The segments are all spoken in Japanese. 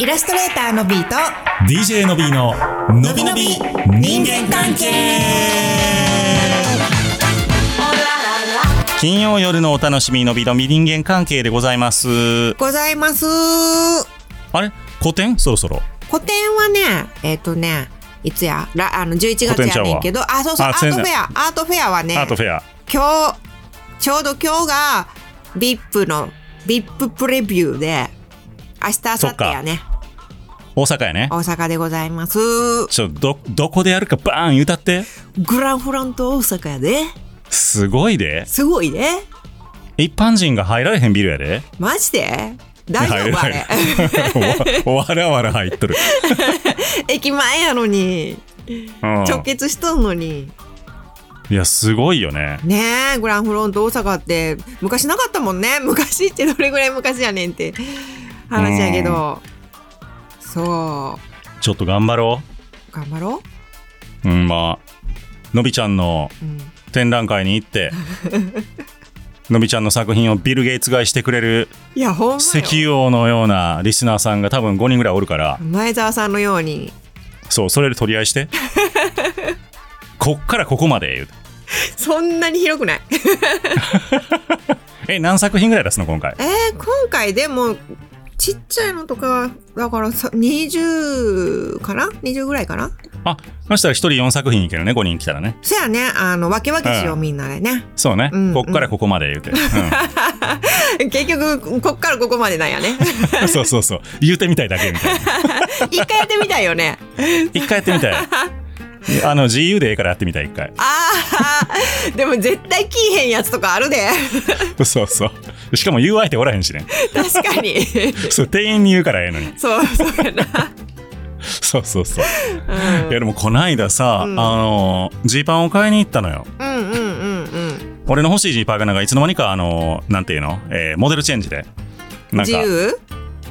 イラストレーターのビーと DJ の B ののびのび人間関係金曜夜のお楽しみのびのび人間関係でございますございますあれ古典そろそろ個展はねえっ、とねいつやらあの11個月展ちやゃうわねんけどあそうそうあアートフせんェアアートフェアはねアートフェア今日ちょうど今日が VIP の VIP プレビューで明日明後そっ日かやね大阪やね大阪でございますちょどどこでやるかバーン言うたってグランフラント大阪やですごいですごいね一般人が入られへんビルやでマジで大丈夫あれ入 れわわらわら入っとる、 駅前やのにうん直結しとんのにいやすごいよねねえグランフロント大阪って昔なかったもんね 昔ってどれぐらい昔やねんって話やけどそちょっと頑張ろう頑張ろううんまあのびちゃんのう、うん、展覧会に行ってのびちゃんの作品をビル・ゲイツ買いしてくれるいやほんま石よ油王のようなリスナーさんが多分5人ぐらいおるから前澤さんのようにそうそれで取り合いして こっからここまで言うてそんなに広くないえ何作品ぐらい出すの今回えー、今回でもちっちゃいのとかだからさ20かな20ぐらいかなあそしたら1人4作品いけるね5人来たらねそやねあの分け分けしよう、うんみんなでねそうね、うんこっからここまで言うて、 う結局こっからここまでなんやね んそうそうそう言うてみたいだけみたいな一回やってみたいよね一回やってみたいあの自由でええからやってみたい一回ああでも絶対聞いへんやつとかあるで そうそうしかも言う相手おらへんしね確かに そう店員に言うからええのにそうそうやな、そうそうそううんいやでもこないださ、うんあのジーパンを買いに行ったのようんうんうんうん俺の欲しいジーパンがなんかいつの間にかあのなんていうの、えーモデルチェンジでなん自か由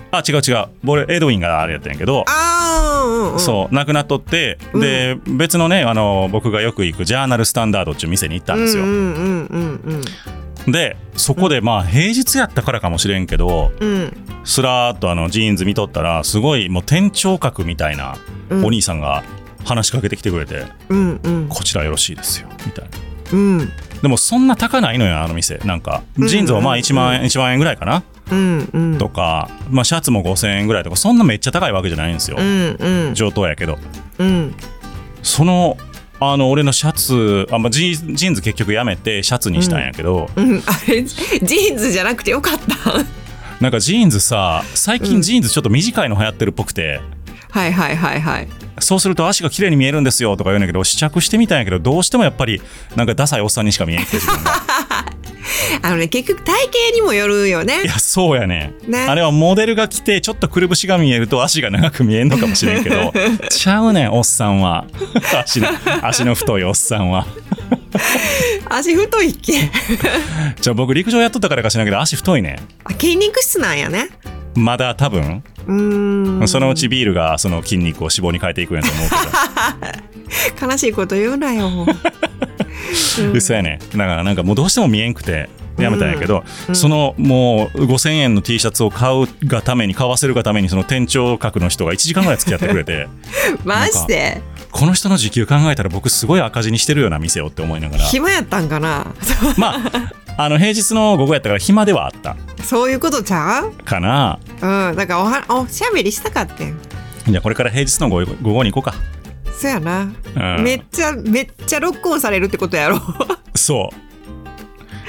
あ違う違う俺エドウィンがあれやったんやけどああうんうんそうなくなっとって、うんで別のねあの僕がよく行くジャーナルスタンダードっていう店に行ったんですよ、うんうんうんうんでそこでまあ平日やったからかもしれんけどうんすらーっとあのジーンズ見とったらすごいもう店長格みたいなうんお兄さんが話しかけてきてくれてうんう「んこちらよろしいですよ」みたいな。うんでもそんな高ないのよあの店なんかんジーンズもまあうん1万円1万円ぐらいかなうんうんとか、まあ、シャツも5000円ぐらいとかそんなめっちゃ高いわけじゃないんですようんうん上等やけどうんそのあの俺のシャツあ、まあ、ジージーンズ結局やめてシャツにしたんやけど、うんあれジーンズじゃなくてよかったなんかジーンズさ最う近んジーンズちょっと短いの流行ってるっぽくて、はいはいはいはいそうすると足が綺麗に見えるんですよとか言うんだけど試着してみたんやけどどうしてもやっぱりなんかダサいおっさんにしか見えんくて自分があのね結局体型にもよるよね いやそうやねねあれはモデルが来てちょっとくるぶしが見えると足が長く見えんのかもしれんけ どちゃうねんおっさん は足の足の太いおっさんは足太いっけじゃあ僕陸上やっとったからかしらんけど足太いねあ筋肉質なんやねまだ多分、うーんそのうちビールがその筋肉を脂肪に変えていくんやと思う悲しいこと言うな よ けど嘘やねだからなんかもうどうしても見えんくてやめたんやけど、そのもう5000円の T シャツを買うがために買わせるがためにその店長格の人が1時間ぐらい付き合ってくれてマジでこの人の時給考えたら僕すごい赤字にしてるような店をって思いながら暇やったんかな まあ、あの平日の午後やったから暇ではあったそういうことちゃうかな。うんだからおはおしゃべりしたかってんじゃあこれから平日の午後午後に行こそやな、うか。うん、めっちゃめっちゃロックオンされるってことやろ そう。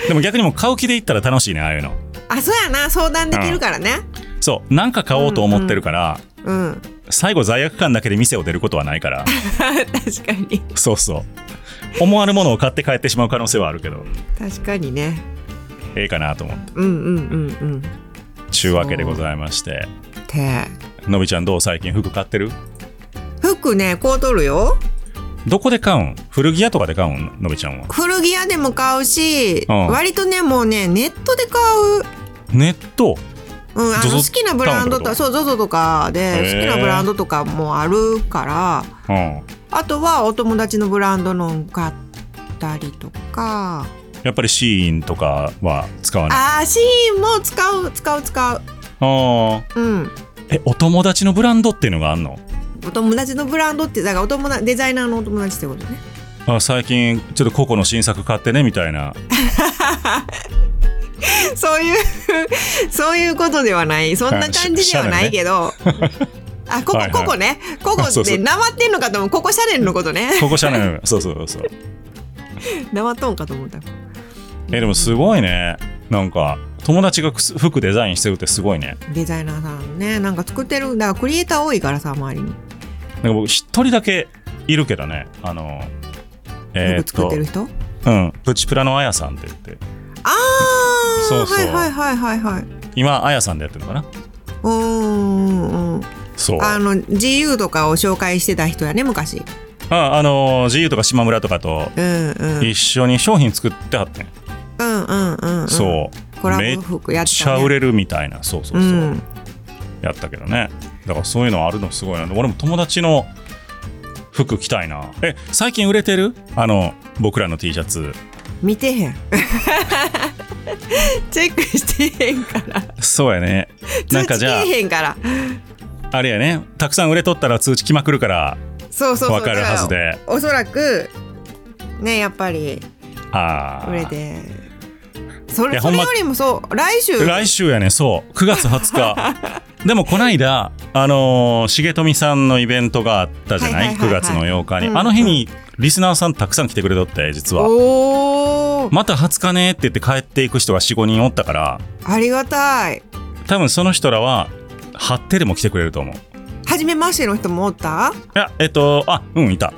でも逆にもう買う気で行ったら楽しいね、ああいうの。あそうやな相談できるからねそう、なんか買おうと思ってるから、うん、最後罪悪感だけで店を出ることはないから、確かにそうそう。思わぬものを買って帰ってしまう可能性はあるけど、確かにねええかなと思って。うんうんうんうんちゅうわけでございまして。てのびちゃんどう最近服買ってる服ねこう取るよどこで買うん古着屋とかで買うんのびちゃんは。古着屋でも買うし、うん割とねもうねネットで買うネットうん、あ ZOZO の好きなブランドタウとンってこそう ZOZO とかでへー好きなブランドとかもあるからうん。あとはお友達のブランドの買ったりとかやっぱりシーインとかは使わない。あーシーンも使う使う使うああ。うんえお友達のブランドっていうのがあんのお友達のブランドってだからお友達デザイナーのお友達ってことねあ最近ちょっとココの新作買ってねみたいな そういうそういうことではないそんな感じではないけど、あここはいはいここねここあそうっそてうなまってんのかと思うここシャネルのことねココシャ ネルそうそうそうなまっとんかと思ったえでもすごいねなんか友達がくす服デザインしてるってすごいねデザイナーさんねなんか作ってるだからクリエイター多いからさ周りになんか僕一人だけいるけどねあのえーっ服作とってる人、うんプチプラのあやさんって言ってああそうそうはいはいはいはいはい今あやさんでやってるのかなうーんうんそうあの GU とかを紹介してた人やね昔ああの GU とか島村とかとうんうん一緒に商品作ってはってん、うんうんうんうんそうコラめっボ服やってちた、ゃね、売れるみたいなそうそうそう、うんやったけどねだからそういうのあるのすごいな俺も友達の服着たいなえ最近売れてるあの僕らの T シャツ見てへん チェックしてへんからそうやねなんかじゃ通知来えへんからああれやねたくさん売れとったら通知来まくるからそうそうそうわかるはずだでらおそらくねやっぱりああ売れてそいれやそほんれまよりもそう来週来週やねそう9月20日 でもこないだあのー重富さんのイベントがあったじゃない,、はいはいはいはい9月の8日に、うんあの日にリスナーさんたくさん来てくれとって実はおお、また20日ねって言って帰っていく人が45人おったからありがたい多分その人らは張ってでも来てくれると思うい初めましての人もおったやえっとあうんいた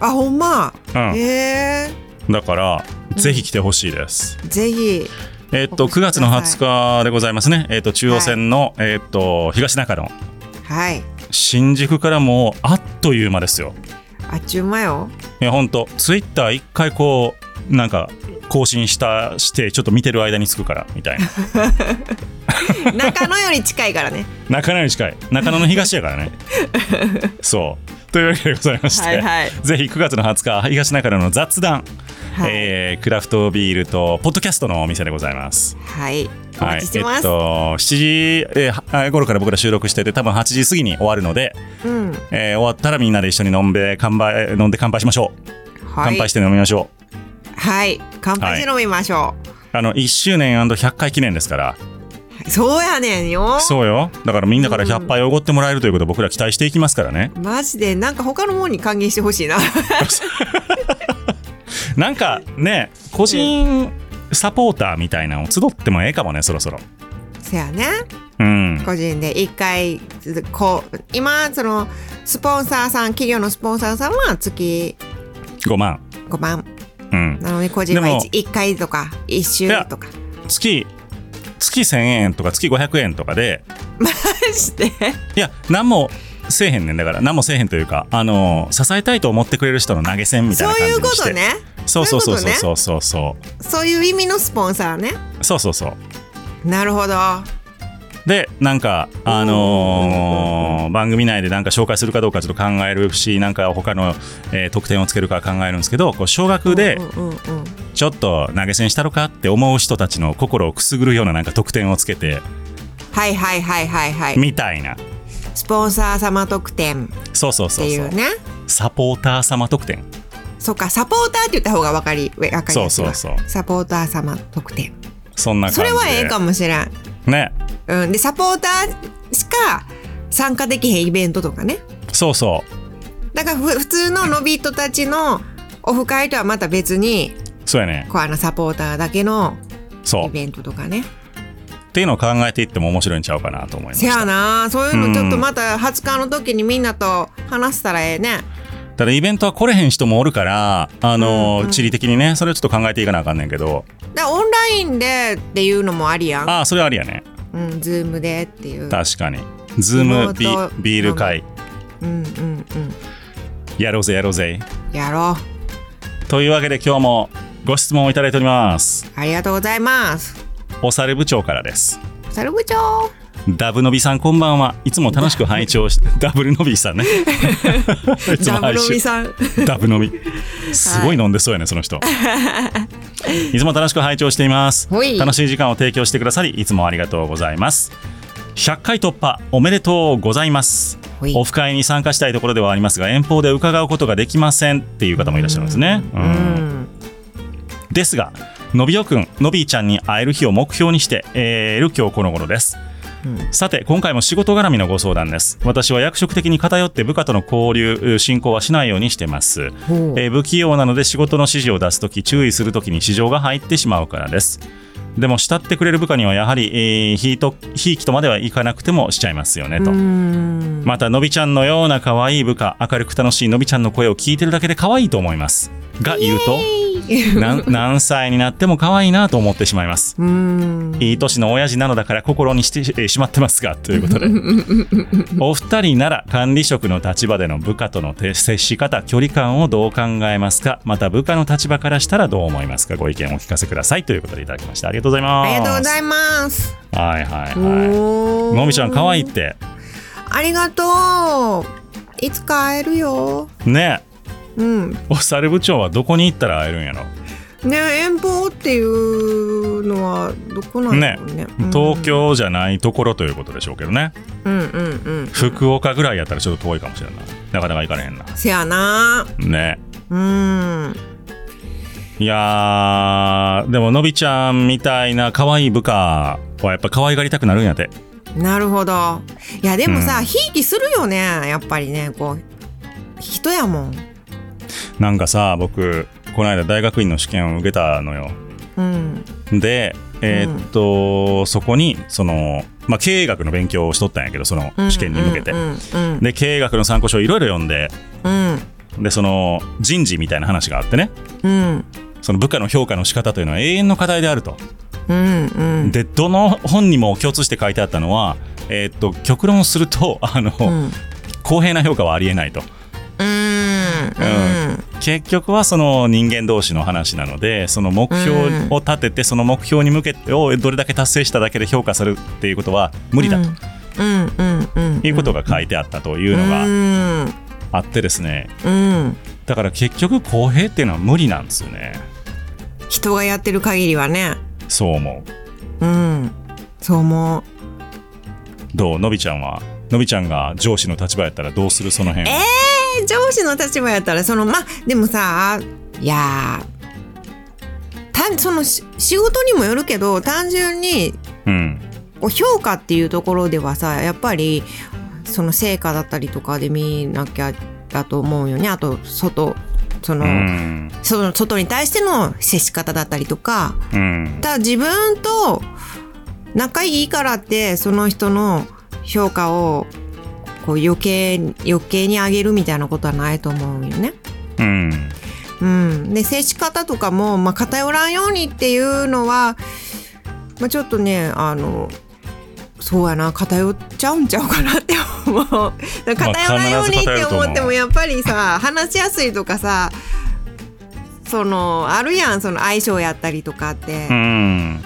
あほんま、うんへえだからぜひ来てほしいです、ぜひえっとお越し9くだ月さいの20日でございますねえっと中央線の、えっと東中野はい新宿からもうあっという間ですよあっちゅうまよいや本当ツイッター一回こうなんか更新したしてちょっと見てる間につくから みたいな中野より近いからね中野より近い中野の東やか らねそうというわけでございま して、はいぜひ9月の20日東中野の雑談、はい、えークラフトビールとポッドキャストのお店でございますはいお待ちしてはい、えまっす、と7時、えー、頃から僕ら収録してて多分8時過ぎに終わるので、うんえー終わったらみんなで一緒に飲んで乾杯飲んで乾杯しましょう、はい乾杯して飲みましょうはい乾杯して飲みましょあの1周年 &100 回記念ですからう、そうやねんよそうよ。だからみんなからうん100杯おごってもらえるということを僕ら期待していきますからね。マジでなんか他のもんに還元してほしいな なんかね、個人サポーターみたいなのを集ってもええかもね、そろそろ。そやねうん。個人で一回こう今そのスポンサーさん企業のスポンサーさんは月5万。 5万うん。なので個人はでも 1, 一回とか1週とか月、月1000円とか月500円とかで、 していや、何もせえへんねんだから、何もせえへんというか、あのー支えたいと思ってくれる人の投げ銭みたそいなう感いじうにこして。とねそうそうそうそういうこそうそうそう。そういう意味のスポンサーねそうそうそう。なるほどはでなんかあのー番組内でなんか紹介するかどうかちょっと考えるしなんか他の、えー特典をつけるか考えるんですけどこう少額でうんうんうんちょっと投げ銭したろかって思う人たちの心をくすぐるようななんか特典をつけてはいはいはいはいはいみたいなスポンサー様特典っそうそうそてういそうねうサポーター様特典そっかサポーターって言った方が分かり分かりやすいわそうそうそうサポーター様特典そんな感じそでれはええかもしれん、ねうん、でサポーターしか参加できへんイベントとかねそうそうだからふ普通のロビットたちのオフ会とはまた別にそうやねこうあのサポーターだけのそイうベントとかねっていうのを考えていっても面白いんちゃうかなと思いませしやたなそういうのちょっとまた20日の時にみんなと話したらええねただイベントは来れへん人もおるからあのーうんうん地理的にねそれをちょっと考えていかなあかんねんけどだからオンラインでっていうのもありやんああそれはありやねうんズームでっていう確かに。ズームビリモートビール会うんうんやろうぜやろうぜ。うんやろというわけで今日もご質問をいただいております。うありがとうございますおさる部長からです。猿部長ダブのびさんこんばんは。いつも楽しく拝 聴し、ダブルのびさんね。 いつダもブ拝ロ聴ミさん ダブのび。すごい飲んでそうやね、その人。いつも楽しく拝聴していますほい。楽しい時間を提供してくださり、いつもありがとうございます。 100回突破おめでとうございますほいオフ会に参加したいところではありますが遠方で伺うことができませんっていう方もいらっしゃるんですね、ううんんですがのびおくんのびーちゃんに会える日を目標にして、えー、いる今日この頃ですうんさて今回も仕事絡みのご相談です私は役職的に偏って部下との交流進行はしないようにしてます、ほうえー不器用なので仕事の指示を出すとき注意するときに市場が入ってしまうからですでも慕ってくれる部下にはやはり、えー、ひいとひいきとまではいかなくてもしちゃいますよねと、うんまたのびちゃんのような可愛い部下明るく楽しいのびちゃんの声を聞いてるだけで可愛いと思いますが言うとなん何歳になっても可愛いなと思ってしまいますうんいい年の親父なのだから心にしてしえーしまってますがという ことでお二人なら管理職の立場での部下との接接し方距離感をどう考えますかまた部下の立場からしたらどう思いますかご意見をお聞かせくださいということでいただきましたありがとうございあますりがとうございますはいはおいはいーのびちゃん可愛いってありがとういつか会えるよねうんねお猿部長はどこに行ったら会えるんやろ遠方っていうのはどこなんだろうねうん東京じゃないところということでしょうけどね、うんうんうん福岡ぐらいやったらちょっと遠いかもしれんないなかなか行かれへんなせやなねうんいやーでものびちゃんみたいな可愛い部下はやっぱ可愛がりたくなるんやてなるほどいやでもさうひいきするよねやっぱりねこう人やもんなんかさ僕この間大学院の試験を受けたのようんでえーっと、そこにその、まあ、経営学の勉強をしとったんやけどその試験に向けて、うんうんで経営学の参考書いろいろ読んでうんでその人事みたいな話があってねうんその部下の評価の仕方というのは永遠の課題であるとうんうんでどの本にも共通して書いてあったのは、えーっと極論すると あの、うん公平な評価はありえないとうん結局はその人間同士の話なのでその目標を立ててその目標に向けてをどれだけ達成しただけで評価するっていうことは無理だとうんうんうんいうことが書いてあったというのうがんあってですねうんだから結局公平っていうのは無理なんですよね人がやってる限りはねそう思ううんそう思うどうのびちゃんはのびちゃんが上司の立場やったらどうするその辺ええ上司の立場やったらそのまあでもさいやーたそのし仕事にもよるけど単純にうんこう評価っていうところではさやっぱりその成果だったりとかで見なきゃだと思うよねあと外その,、うんその外に対しての接し方だったりとかうんただ自分と仲いいからってその人の評価をこう余計余計に上げるみたいなことはないと思うよね。うんうん、で接し方とかも、まあ、偏らんようにっていうのは、まあ、ちょっとねあのそうやな偏っちゃうんちゃうかなって思うだ からま偏あらんようにっ必ず偏てると思思うってもやっぱりさ話しやすいとかさそのあるやんその相性やったりとかって、っうん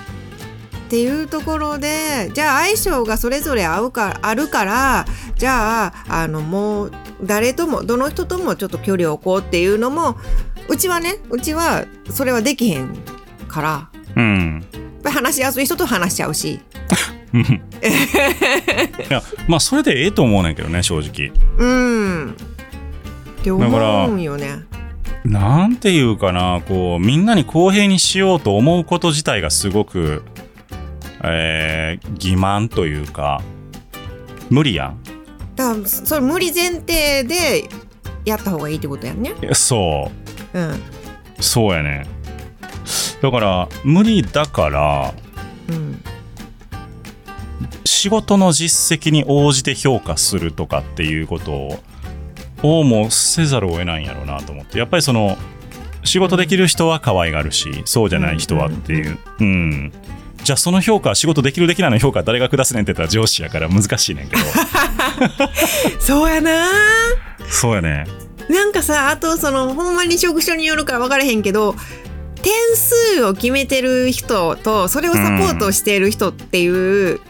ていうところでじゃあ相性がそれぞれ合うかあるからじゃああのもう誰ともどの人ともちょっと距離を置こうっていうのもうちはねうちはそれはできへんからやうんっぱり話しやすい人と話しちゃうしうんいやまあそれでええと思うねんけどね正直うんってだから思うんよね。なんていうかなこうみんなに公平にしようと思うこと自体がすごく、えー、欺瞞というか無理やんだからそれ無理前提でやった方がいいってことやんね。いやそうんうそうやねだから無理だからうん仕事の実績に応じて評価するとかっていうことををもせざるを得ないんやろうなと思ってやっぱりその仕事できる人は可愛がるしそうじゃない人はっていううん、じゃあその評価仕事できるできないの評価誰が下すねんって言ったら上司やから難しいねんけどそうやなそうやねなんかさあとそのほんまに職種によるから分からへんけど点数を決めてる人とそれをサポートしてる人っていう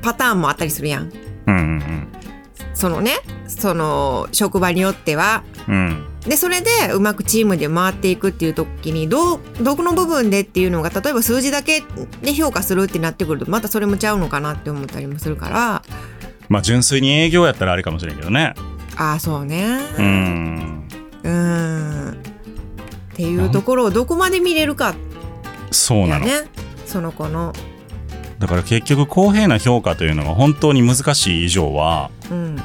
パターンもあったりするやん。うんそのねその職場によってはうんうんでそれでうまくチームで回っていくっていう時にどうどこの部分でっていうのが例えば数字だけで評価するってなってくるとまたそれもちゃうのかなって思ったりもするからまあ純粋に営業やったらあれかもしれんけどねああそうねうんうんっていうところをどこまで見れるかそうなやのねその子のだから結局公平な評価というのが本当に難しい以上はうん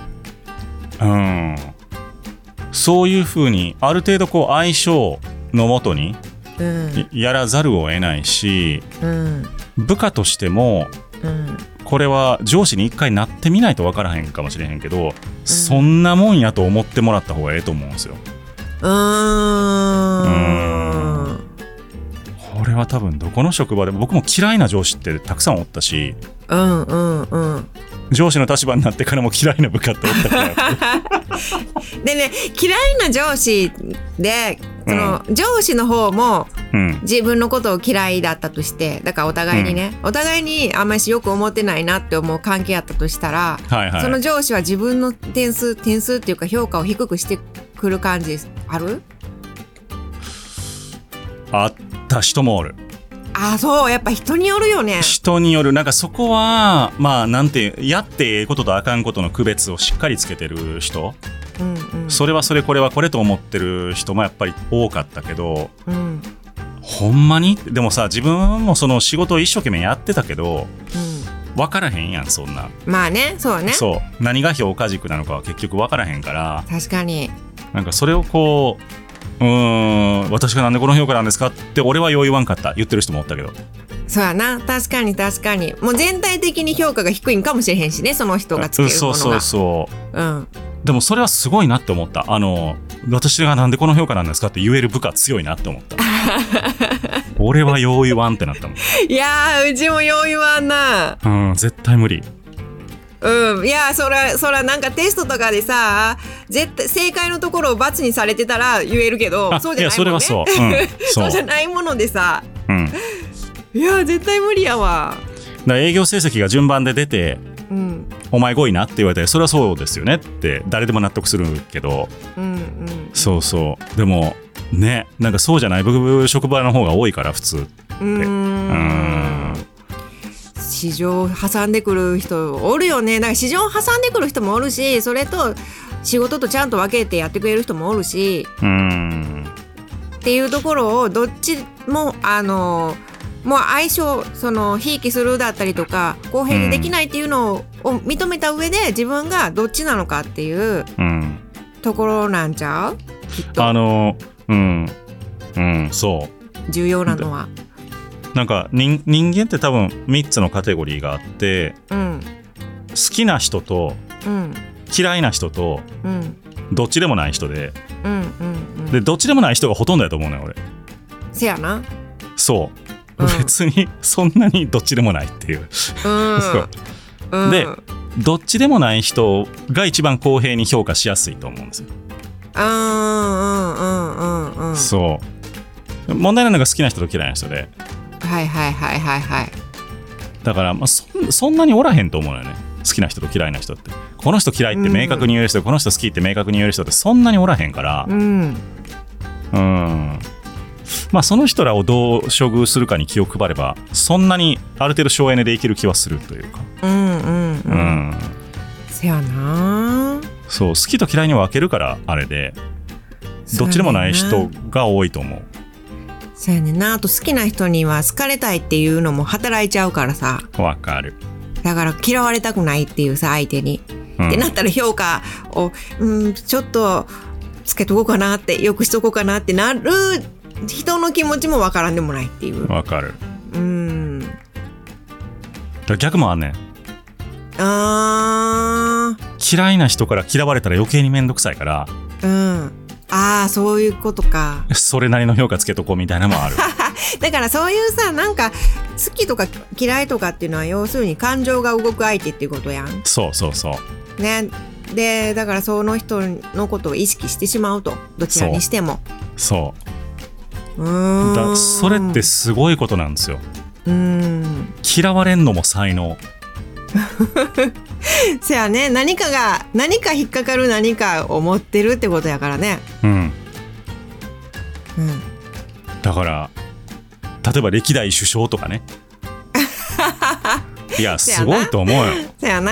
うんそういうふうにある程度こう相性のもとにうんやらざるを得ないしうん部下としてもうんこれは上司に一回なってみないと分からへんかもしれへんけど、そんなもんやと思ってもらった方がええと思うんですよ。うーうんこれは多分どこの職場でも僕も嫌いな上司ってたくさんおったしうんうんうん上司の立場になってからも嫌いな部下っておっ たからでね嫌いな上司でその、上司の方もうん自分のことを嫌いだったとしてだからお互いにね、お互いにあんまりよく思ってないなって思う関係やったとしたら、はいはいその上司は自分の点数点数っていうか評価を低くしてくる感じあるあった人もおるあーそうやっぱ人によるよね。人によるなんかそこはまあなんてやってええこととあかんことの区別をしっかりつけてる人うんうんそれはそれこれはこれと思ってる人もやっぱり多かったけどうんうんほんまにでもさ自分もその仕事を一生懸命やってたけど分からへんやんそんな、まあねそうねそう何が評価軸なのかは結局分からへんから確かになんかそれをこううーん私がなんでこの評価なんですかって俺はよう言わんかった言ってる人もおったけどそうやな確かに確かにもう全体的に評価が低いんかもしれへんしねその人がつけうんるもそうのそがうそううんでもそれはすごいなって思ったあの私がなんでこの評価なんですかって言える部下強いなって思った 俺はよう言わんってなったも、いやーうちもよう言わんなんうん、絶対無理うんいやーそらそらなんかテストとかでさ絶対正解のところを罰にされてたら言えるけどあそうじゃやないそれもんはねそう、 うん、そそうじゃないものでさうん、だかいやー絶対無理やわら営業成績が順番で出てうんお前5位なって言われたらそれはそうですよねって誰でも納得するけどうんうんそうそうでもねなんかそうじゃない僕職場の方が多いから普通うーん市場を挟んでくる人おるよねだから市場を挟んでくる人もおるしそれと仕事とちゃんと分けてやってくれる人もおるしうんっていうところをどっちもあのもう相性そのひいきするだったりとか公平にできないっていうのを認めた上で自分がどっちなのかっていううんところなんちゃうあのうんうんそう重要なのは。なんか人人間って多分3つのカテゴリーがあってうん好きな人とうん嫌いな人とうんどっちでもない人でうんうんうでんどっちでもない人がほとんどやと思うのよ俺せやな。そう、うん別にそんなにどっちでもないっていう、うんそううんで どっちでもない人が一番公平に評価しやすいと思うんですよ、うんうんうんうんうんそう問題なのが好きな人と嫌いな人ではいはいはいはいはいだから、まあ、そんそんなにおらへんと思うのよね好きな人と嫌いな人ってこの人嫌いって明確に言える人、この人好きって明確に言える人ってそんなにおらへんから、うんうんまあその人らをどう処遇するかに気を配ればそんなにある程度省エネでいける気はするというか、うんうんううんんせやなそう好きと嫌いに分けるからあれでどっちでもない人が多いと思うそうやねんなあと好きな人には好かれたいっていうのも働いちゃうからさわかる、だから嫌われたくないっていうさ相手に、うんってなったら評価をうんちょっとつけとこうかなってよくしとこうかなってなる人の気持ちもわからんでもないっていうわかるうんだから逆もあんねんあー嫌いな人から嫌われたら余計に面倒くさいからうんあーそういうことかそれなりの評価つけとこうみたいなの もあるだからそういうさなんか好きとか嫌いとかっていうのは要するに感情が動く相手っていうことやんそうそうそうねでだからその人のことを意識してしまうとどちらにしてもそううーんだそれってすごいことなんですようーん嫌われんのも才能せやね何かが何か引っかかる何かを持ってるってことやからねうんうんだから例えば歴代首相と かねいやせやすなごいと思うよ、そやな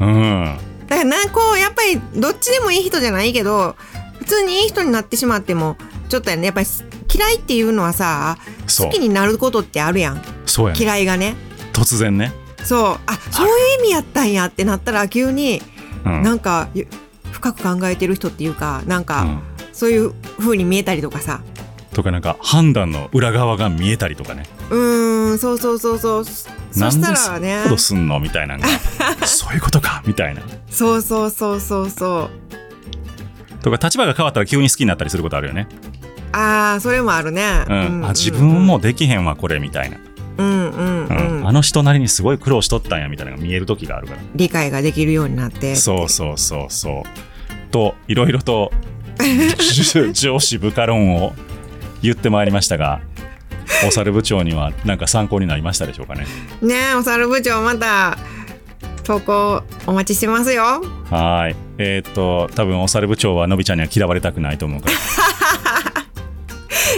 うん、だからなんこうやっぱりどっちでもいい人じゃないけど普通にいい人になってしまってもちょっとやねやっぱり嫌いっていうのはさそう好きになることってあるやんそうやね嫌いがね突然ね、そうあそういう意味やったんやってなったら急にうんなんかゆ深く考えてる人っていうかなんうかんそういう風に見えたりとかさとかなんか判断の裏側が見えたりとかねうーんそうそうそうそうそなそしんでたそんらなねことすんのみた いなのがそういうことかみたいなそうそうそうそうそうとか立場が変わったら急に好きになったりすることあるよね、ああそれもあるね、うんうんあ自分もうできへんわこれみたいな、うんうんううんん、あの人なりにすごい苦労しとったんやみたいなのが見える時があるから理解ができるようになってそうそうそうそう。といろい ろと上司部下論を言ってまいりましたが。お猿部長には何か参考になりましたでしょうかね。ねえお猿部長また投稿お待ちしてますよはーい。えーっと、多分お猿部長はのびちゃんには嫌われたくないと思うから。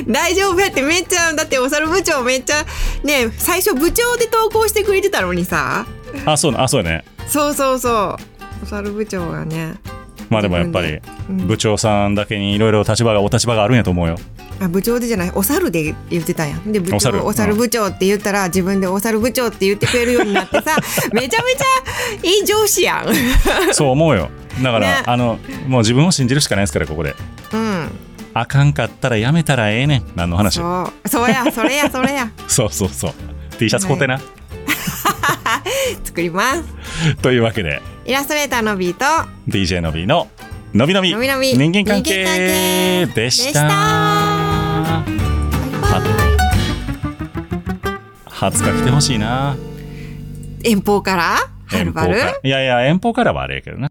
大丈夫やってめっちゃだってお猿部長めっちゃねえ最初部長で投稿してくれてたのにさ あ、そうな、あ、そうね。そうそうそうお猿部長がね、まあでもやっぱりうん部長さんだけにいろいろ立場が、お立場があるんやと思うよ。あ部長でじゃないお猿で言ってたんやで部長おお猿猿うん部長って言ったら、自分でお猿部長って言ってくれるようになって さめちゃめちゃいい上司やんそう思うよ。だから、ねあの、もう自分を信じるしかないですから、ここで。うんあかんかったらやめたらええねん。何の話。そうそうやそれやそれやそうそうそう。T シャツ買うてな。作りますというわけで。イラストレーターのビート DJ のびののびのびのびのび人間関人間係関係でしでしたたバイバイ20日来てほしいな遠方からはるばる遠方からいやいや遠方からはあれやけどな